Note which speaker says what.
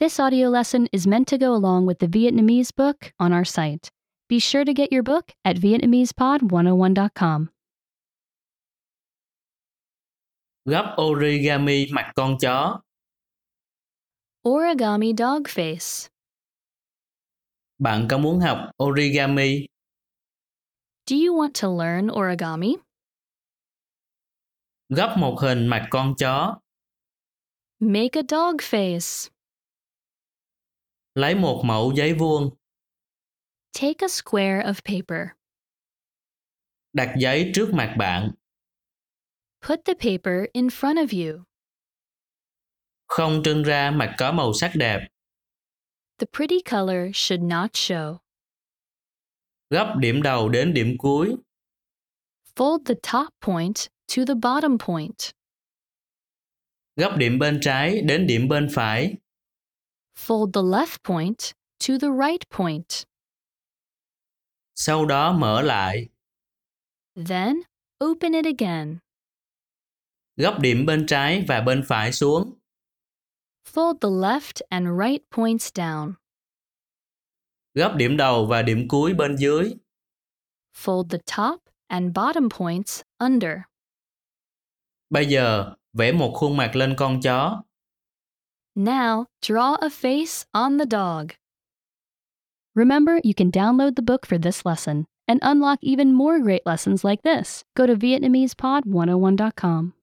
Speaker 1: This audio lesson is meant to go along with the Vietnamese book on our site. Be sure to get your book at VietnamesePod101.com.
Speaker 2: Gấp origami mặt con chó,
Speaker 1: Origami Dog Face.
Speaker 2: bạn có muốn học origami?
Speaker 1: Do you want to learn origami?
Speaker 2: Gấp một hình mặt con chó,
Speaker 1: Make a dog face.
Speaker 2: lấy một mẫu giấy vuông,
Speaker 1: Take a square of paper.
Speaker 2: đặt giấy trước mặt bạn,
Speaker 1: Put the paper in front of you.
Speaker 2: không trưng ra mặt có màu sắc đẹp,
Speaker 1: The pretty color should not show.
Speaker 2: gấp điểm đầu đến điểm cuối,
Speaker 1: Fold the top point to the bottom point.
Speaker 2: gấp điểm bên trái đến điểm bên phải,
Speaker 1: Fold the left point to the right point.
Speaker 2: sau đó mở lại,
Speaker 1: Then open it again.
Speaker 2: gấp điểm bên trái và bên phải xuống,
Speaker 1: Fold the left and right points down.
Speaker 2: gấp điểm đầu và điểm cuối bên dưới,
Speaker 1: Fold the top and bottom points under.
Speaker 2: Bây giờ, vẽ một khuôn mặt lên con chó,
Speaker 1: Now, draw a face on the dog. Remember, you can download the book for this oh lesson and unlock even more great lessons like this. Go to VietnamesePod101.com.